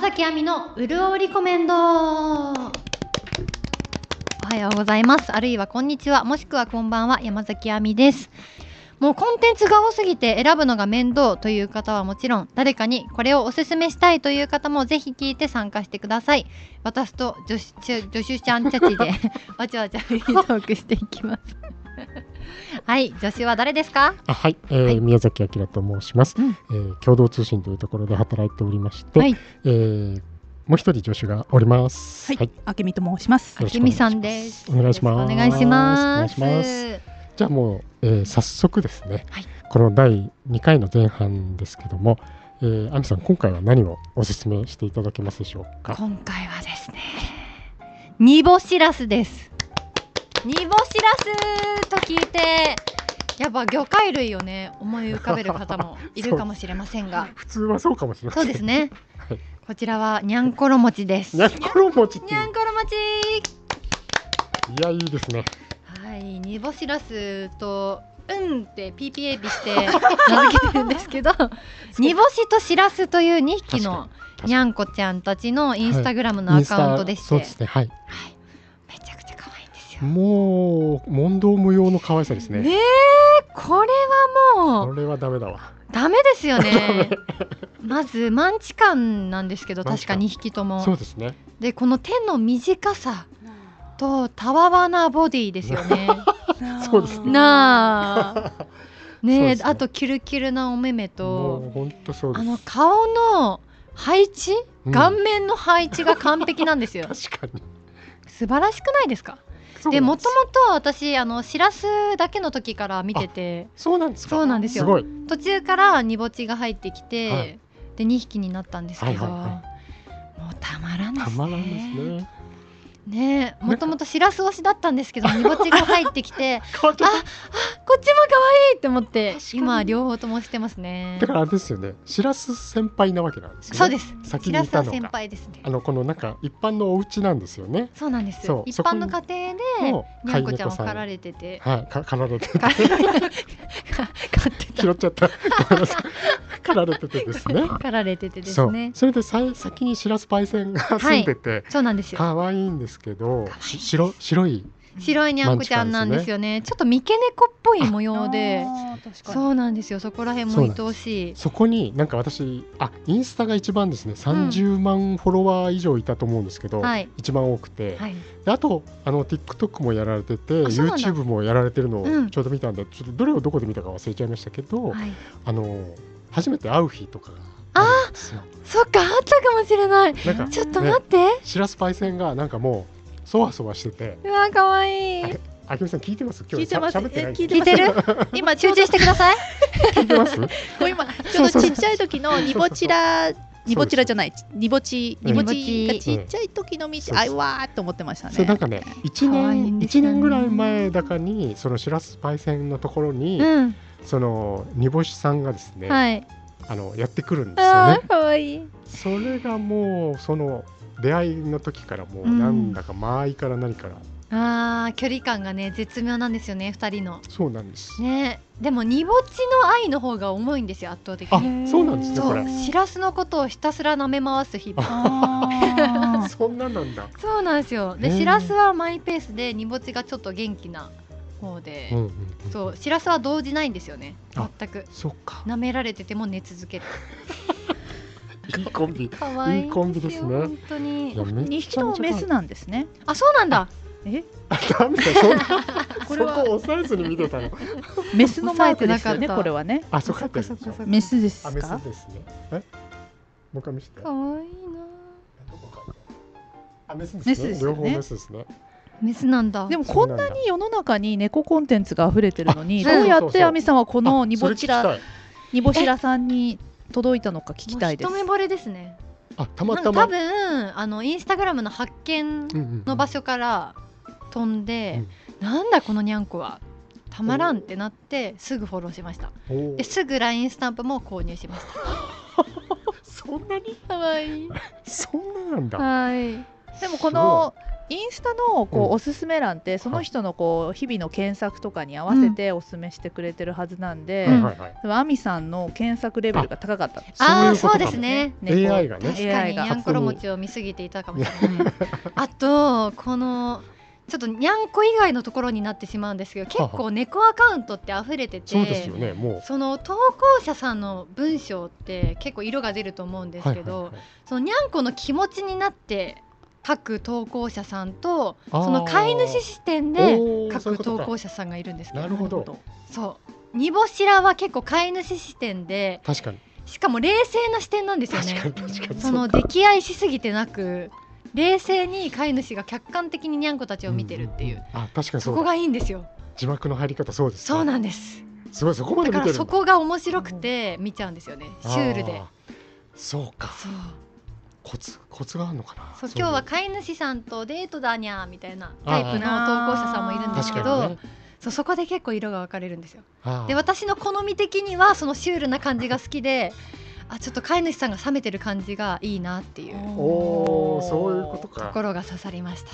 崎亜美のうるおうリコメンドおはようございますあるいはこんにちはもしくはこんばんは山崎亜美ですもうコンテンツが多すぎて選ぶのが面倒という方はもちろん誰かにこれをおすすめしたいという方もぜひ聞いて参加してください私と女子ちゅ女子ちゃんちゃち でわちゃわちゃフリートークしていきますはい女子は誰ですかあはい、えーはい宮崎明と申します、うんえー共同通信というところで働いておりまして、はいえーもう一人助手がおります。はい、あけみと申します。よろきしくおみ願いしますさんですお願いしますお願いしますお願いしますじゃあもう、えー早速ですね、はいこの第2回の前半ですけども、えー、亜美さん今回は何をおすすめしていただけますでしょうか今回はですね煮干しらすです煮干しらすと聞いてやっぱ魚介類をね思い浮かべる方 もいるかもしれませんが普通はそうかもしれませそんうですね、はいこちらはにゃんころ餅ですににゃゃんころ餅っていうこんろ餅いやいいですねはい煮干しらすとうんって PPAP して名付けてるんです けど煮干しとしらすという2匹のにゃんこちゃんたちのインスタグラムのアカウントでして、そうですねはいはい、めちゃくちゃ可愛いんですよ。もう問答無用の可愛さですねねえこれはこもうれはダメだわダメですよね。まずマンチカンなんですけどマン確チかカン2匹ともそうですねでこの手の短さとたわわなボディですよ ね そうですねなあそうねでえすねあとキュルキュルなお目目もうと本当そうであすの顔の配置、うん顔面の配置が完璧なんですよ 確かに素晴らしくないですかそうでなもんすともと私あのしらすだけの時から見ててそうなんですかそうなんですすよごい途中から煮ぼちが入ってきて、はいで2匹になったんですけど、はいはいはもうたまらんでたすまらんですね。ねねえもともとしらす推しだったんです けど煮ぼちが入ってきて変わっちゃこっっちも可愛いって思って確かに今両方ともしてますねただからあれですよねしらす先輩なわけなんですよねそうです先しにらいすはたの先が輩ですねあのこのなんか一般のお家なんですよねそうなんですそう一そこ般にの家庭でのにゃんこちゃんを狩られて てはいか狩られて狩 ってた拾っちゃった ごめんなさい狩られててですね 狩られててでそすうねそれでさい先にしらすパイセンが住んでてそうなんですよ可愛いんですけど可愛いし白白い白いにゃんこちゃんなんですよねちょっと三毛猫っぽい模様でそうなんですよそこら辺も愛おしいそこになんか私あインスタが一番ですね30万フォロワー以上いたと思うんですけど、はい一番多くて、はいであとあの TikTok もやられててあそうなんだ YouTube もやられてるのうをんちょうど見たんで、ちょっとどれをどこで見たか忘れちゃいましたけど、はいあの初めて会う日とかがあるんですよそっかあったかもしれないなんかちょっと待ってしらすパイセンがなんかもうそわそわしててうわ可愛いあれあきみさん聞いてます聞今い日てしゃます喋ってないえ聞い聞いて る今集中してください聞いてますもう今ちょっとちっちゃい時のニボチラニボチラじゃないニボチニボチがちっちゃい時の見てうんあうわーっと思ってましたそうなんね。かね1可愛いん年ですよ一ね年ぐらい前だかにそのしらすパイセンのところに、うんその煮干しさんがですね、はいあのやってくるんですよあねー可愛いそれがもうその出会いの時からもううんなんだか間合いから何から、あー距離感がね絶妙なんですよね二人のそうなんです、ねでも煮ぼちの愛の方が重いんですよ圧倒的あにそうなんですねこそれうしらすのことをひたすら舐め回す日々 あーそんななんだ、そうなんですよ。で、へーしらすはマイペースで、煮ぼちがちょっと元気な方で、うんうんうん、そう、しらすは動じないんですよね。あ全く。そっか舐められてても寝続ける。いいコンビ可愛いいいコンビですね本当にいや。めっちゃ二め匹ちゃともメスなんですね。あ、そうなんだ。え可愛いダメだそんなこれはそこ抑えずに見てたのメスのマークですよねこれはね。あそっかっかそっかそっか。メスですあメスか？ですねえもう一回見せて可愛いな。どこかあメスですねメスですよね両方メスですねメスなんだ。でもそこうんななんだに世の中に猫コンテンツが溢れてるのにあどうやそっうそうてそうアミさんはこのニボチあそれラ聞きニボシラさんに届いたのか聞きたいですも。う一目惚れですね。たいあたまなんたかま多分、あのインスタグラムの発見うんうんうんの場所から飛んで、なんだこのにゃんこは。たまらんってなって、すぐフォローしました。おーですぐ LINE スタンプも購入しました。そんなにかわいい。そんななんだはい。でもこのインスタのこう、うんおすすめ欄ってその人のこう日々の検索とかに合わせておすすめしてくれてるはずなんで、うんはいはい。でもアミさんの検索レベルが高かったああそういそううことかもですね。猫 AI がね確か AI にがにゃんころ餅を見すぎていたかもしれない。あとこのちょっとにゃんこ以外のところになってしまうんですけど結構猫アカウントって溢れててそうですよね、もその投稿者さんの文章って結構色が出ると思うんう。ですけど、はいはいはいそのにゃんこの気持ちになって書く投稿者さんとあーその飼い主視点でおー書そういうくこと投か稿者さんがいるんですけどなるほどそう煮干しらは結構飼い主視点で確かにしかも冷静な視点なんですよね確かに確かにそのそうか溺愛しすぎてなく冷静に飼い主が客観的ににゃんこたちを見てるっていう,、んんんあ確かそにそうこだがいいんですよ字幕の入り方そうですねそうなんですすごいそこまでだ見かてるらそんこが面白くて見ちゃうんですよねシュールであーそうかそうコツコツがあるのかなそうい今日は飼い主さんとデートだにゃーみたいなタイプの投稿者さんもいるんです確けかど、にねそうそこで結構色が分かれるんですよあーで私の好み的にはそのシュールな感じが好きであちょっと飼い主さんが冷めてる感じがいいなっていうおおそういうこととかころが刺さりました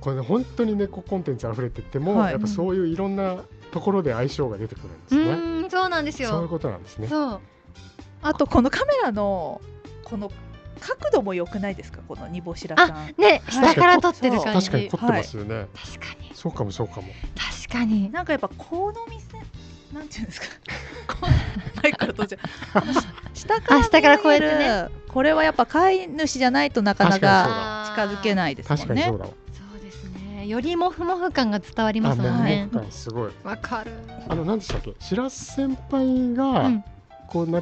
これね本当に猫コンテンツ溢れてても、はいやっぱそういういろんなところで相性が出てくるんでうすね、ーんそうなんですそういうよことなんですねそうあとこのカメラのこの角度も良くないですかこの煮干しらさんねはい下から撮ってる感じ確かに確凝かってますよね、にそうかもそうかも確かになんかやっぱこの店なんていうん ですかこうマイクからどうじゃあの下からあ下からこうやっ見てえねるこれはやっぱ飼い主じゃないとなかなかあ近ーづけないです確もかんにねそうだわ、そうですねよりもふもふ感が伝わりまあすももうんねね今回すごいわかるあの何でしたっけ白洲先輩が、うんこうな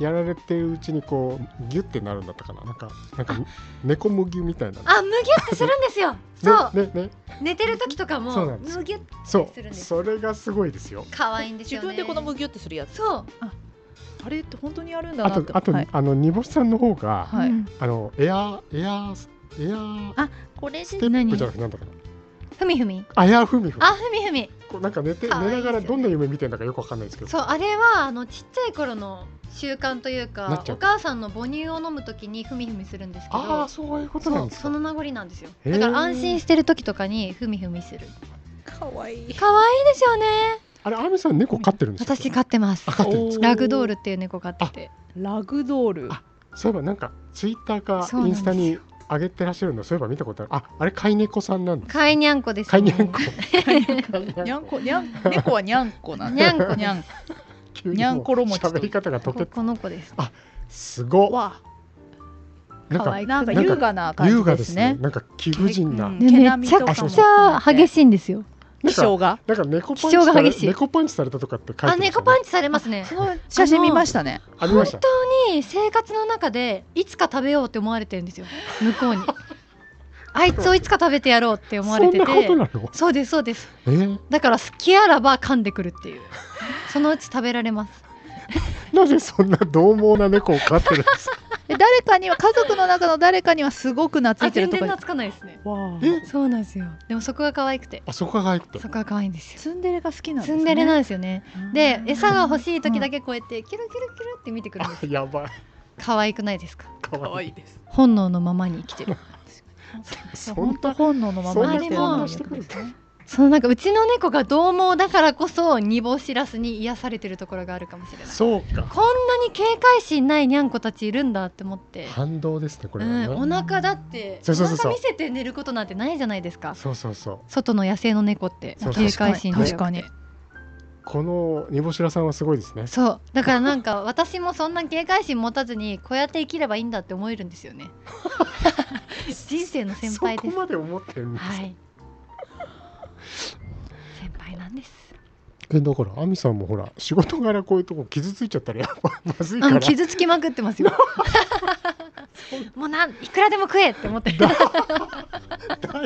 やられてるうちにこうギュってなるんだったかななんかなんか猫もぎゅみたいなあむぎゅってするん ですよそうねねね寝てる時とかもそうなんですむぎゅってそするんうですそれがすごいですよ可愛いんです自よね分でこのむぎゅってするやつそう、あれって本当にやるんだあなとってあと、はいあの煮干しさんの方が、はいうんあのエアエアエアこれスでテップ何じゃなくてなんだかなふみふみあやふみふみあふみふみこうなんか寝て寝可愛いですよねながらどんな夢見てんだかよくわかんないですけどそうあれはあのちっちゃい頃の習慣というなかっちゃおう母さんの母乳を飲むときにふみふみするんですけあどあそういうことなそんうですそかの名残なんですよへーだから安心してる時とかにふみふみするかわいい可愛いですよねあれアミさん猫飼ってるんですか私飼ってますあ飼ってるんですかラグドールっていう猫飼っててラグドールあそういえばなんかツイッターかそうなんイでンすスよタに上げてらっしゃるのそういえば見たことあるああれ飼い猫さんなんです飼いにゃんこです飼いねにゃんこにゃんこにゃん猫はにゃんこなんにでゃんこにゃんこ急ににゃんころ餅と喋り方がとこてこの子ですすごわいなん可か愛いなんか優雅な感優じ雅でですすねねなんか貴婦人な、うんね毛並めみちとかゃもくちゃ激しいんですよなん気か象がなんか猫パン気チ象さがれ激しい猫パンチされたとかって書いあて猫パンチチされますねその写真見ましたねありましたに生活の中でいつか食べようって思われてるん ですよ向こうにあいつをいつか食べてやろうって思われてそんなこてとなのそうですそうですえー、だから好きあらば噛んでくるっていうそのうち食べられますなぜそんな獰猛な猫を飼ってるんですかで誰かには家族の中の誰かにはすごく懐あいてる全と然か懐かないですねわあえそうなんですよでもそこが可愛くてあそこが入ってそこが可愛いんですよツンデレが好きなんですツねンデレなんですよねで餌が欲ししい時だけこうやってキュルキュルキュルって見てくるんであすやばい可愛くないですかかわいいです本能のままに生き てるそ本ん当な本能のままに生きてるそんなのことしてくるそのなんかうちの猫が獰猛だからこそ煮干しラスに癒されてるところがあるかもしれないそうかこんなに警戒心ないにゃんこたちいるんだって思って、反動ですねこうれはね、ん、お腹だってそうそうそうそうお腹見せて寝ることなんてないじゃないですかそうそうそう外の野生の猫ってそう警戒心強くて確かにこの煮干しらさんはすごいですねそうだからなんか 私もそんな警戒心持たずにこうやって生きればいいんだって思えるんですよね 人生の先輩でそすこまで思ってるんです、はい先輩なんですえだから亜美さんもほら仕事柄こういうとこ傷ついちゃったらや っぱまずいかあのら傷つきまくって ますよもうなんいくらでも食えって思ってる大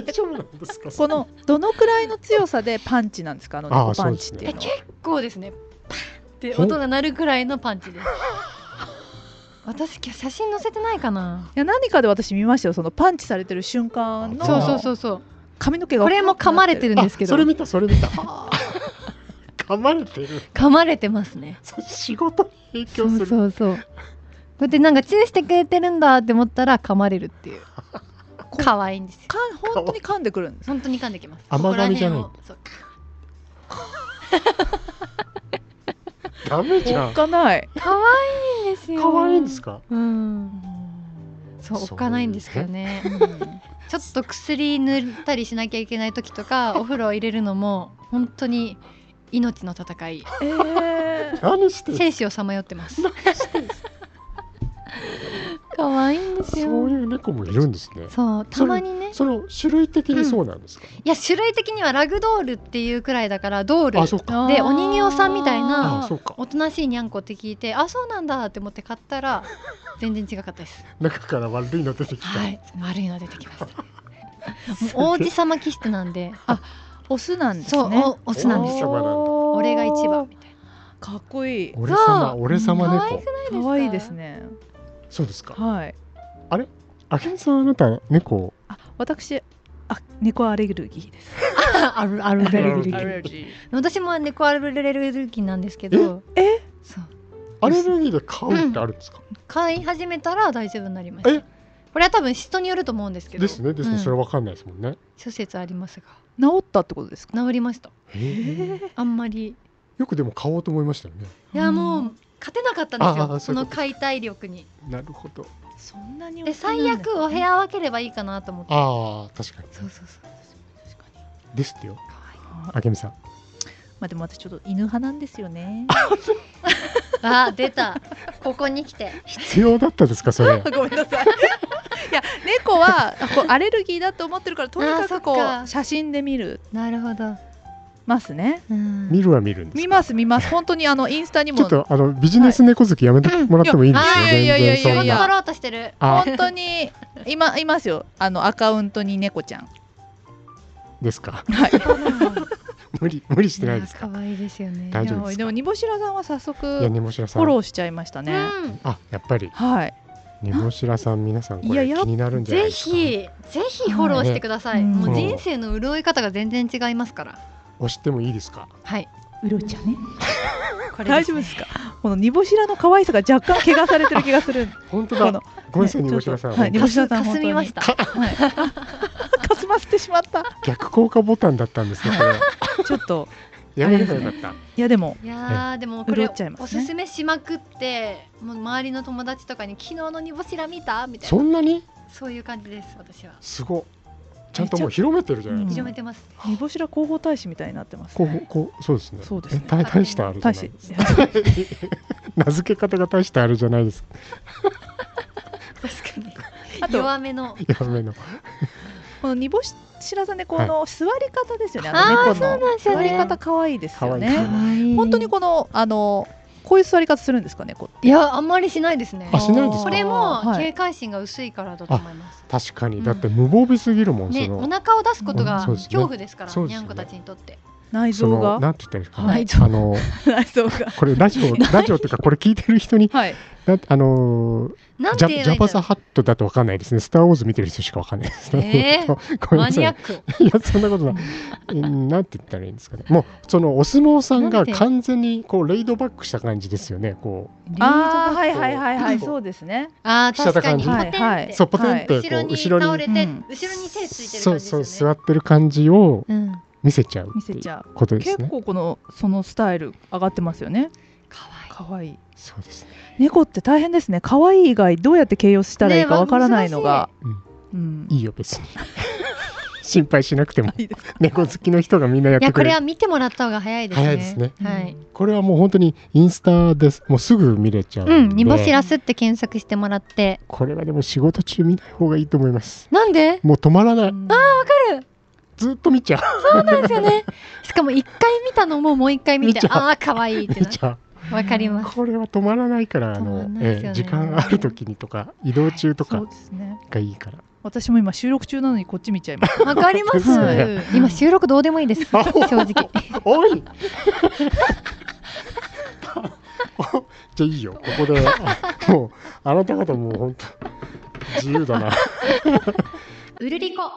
丈夫なん ですかこのどのくらいの強さでパンチなんですかあのあ猫あパンチっていうえの結構ですねパンって音が鳴るくらいのパンチです 私今日写真載せてないかないや何かで私見ましたよそのパンチされてる瞬間のあそうそうそうそう髪の毛がこれも噛まれてるんですけあそどれ見たそれ見たあ噛まれてる噛まれてますねそ仕事に影そ響すうるそうそうこうやってなんかチューしてくれてるんだって思ったら噛まれるっていうこう 可愛いんですよかん本当に噛んでくるんです。本当に噛んできます甘噛みじゃないここら辺をそうダメじゃおっん。かない。可愛いんですよ可愛いんですか。うんそう置かないんですよねちょっと薬塗ったりしなきゃいけない時と かお風呂入れるのも本当に命の戦いええ何して んの生死をさまよってます可愛いんですそうよいう猫もいるんですね。そうたまにねその種類的にそうなんですか。いや種類的にはラグドールっていうくらいだからドールあ、そうか。でお人形さんみたいなあ、そうか。おとなしいにゃんこって聞いてあそうなんだって思って買ったら全然違かったです中から悪いの出てきた。はい悪いの出てきましたもう王子様気質なんであオスなんですそう、ね。おオスなんですよよおー俺が一番みたいかっこいい。俺様、そう俺様可愛猫く。な可愛いですね。そうですか。はい。あけんさん、あなた猫。あ、私、あ、猫アレルギーです。 あるあるアレルギーギ私も猫アレルギーなんですけどええそうアレルギーで飼うってあるんですか。飼い始めたら大丈夫になりましたえこれは多分人によると思うんですけどですね、ですうね、んそれわかんないですもんね。諸説ありますがー。治ったってことですか。治りましたへえあんまりよくでも買おうと思いましたよね。いやうんもう勝てなかったんですあよあそそういうのこと解体力になるほど。そんなにで最悪お部屋分ければいいかなと思ってああ、確かに。そうそうそう確かに。ですってよ。まあけみさん。あでも私ちょっと犬派なんですよね。あ出たここに来て必要だったですか、それ。ごめんなさい。いや猫はこうアレルギーだと思ってるからとにかくこあそっかう写真で見るなるほど、ますね。うん見るは見るんですか。見ます見ます本当にあのインスタにちょもっとあのビジネス猫好きやめてもらってもいいですよ、はいいやいや全然そんいやいやいやいやな取ろうとしてるあ本当に今いますよあのアカウントに猫ちゃん。ですかはい。無理無理してないですか可愛いですよね大丈夫ですかでも煮干しらさんは早いや速にもしらさフォんローしちゃいましたね。うんあやっぱりはい。にもしらさん皆さんこいやれ気やっになるんじゃないぜですかひぜひフォローしてください、はいねもううん人生の潤い方が全然違いますから押してもいいですかはいウロちゃんね。これ大丈夫ですか。この煮干しらの可愛さが若干怪我されてる気がす る。本当こだのごめんなさいにもしらさん、ちょっとはい本か吉す田さんかすみましたはい。かすませてしまった。当逆効果ボタンだったんですねこれちょっとやめればよかったいやでもいやーでもこれ潤っちゃいますねおすすめしまくってもう周りの友達とかに昨日の煮干しら見たみたいなそんなにそういう感じです私はすごっちゃんともう広めてるじゃないです広かめてます、煮干しら広報大使みたいになってます、こね。うこうそうですねそうですねえ大大したあるじ大ゃな使い名付け方が大したあるじゃないです確か にあと弱めのやめのこの煮干しらさんねこの座り方ですよね。あーあの猫そうなんのですよ座ねり方可愛いですよ可愛いね。本本当にこのあのこういう座り方するんですかねこいやあんまりしないですねあしないですこかれもはい警戒心が薄いからだと思います確かにだって無防備すぎるもん、ね、そのお腹を出すことがうんそうですね恐怖ですから、そうでにすゃよねんこたちにとって。内そ臓のがなんて言ったらいいですか、はいあの 内臓がこれラジ オラジオっていうかこれ聞いてる人にはいなあのーなんてジャ言えジばいいんだャパろザハットだとわかんないですねスター・ウォーズ見てる人しかわかんないですね え、ごう。めんマなさニいいアッやク。 そんなことないうんなんて言ったらいいんですかねもうそのお相撲さんながんで完全にこうレイドバックした感じですよねこあーはいはいはいはういんそうですねあー下確か手感に。じパテンってはいはういそうポテンってこ後ろうに後ろに倒れて、うん後ろに手ついてるそ感うじそうです座よね。ってる感じをうん、見せちゃう見ってせいちうゃうことです結ね構このそのスタイル上がってますよね可可愛いそうですね猫って大変ですね可愛い以外どうやって形容したらいいかわからないのが、ねわうんいいよ別に心配しなく てもいいですか猫好きの人がみんなや愛い。っいやこてくれるれは見てもらった方が早いですね。早いですねはい。これはもう本当にインスタですもうすぐ見れちゃうんで、うん、煮干しらすって検索してもらって。これはでも仕事中見ない方がいいと思いますなんで？もう止まらないあずっと見ちゃそうなんですよ ね。しかも一回見たのももう一回見て、見ちゃうああ可愛いっうてな。見ちゃわかりうます。これは止まらないからあの止まらないですよねええ時間ある時にとか移動中とそかうですねがいいから、私も今収録中なのにこっち見ちゃいますわかりまですすね。今収録どうでもいいです。正直。おいおじゃあいいよここであ もうあなた方もう本当自由だなうるりこ。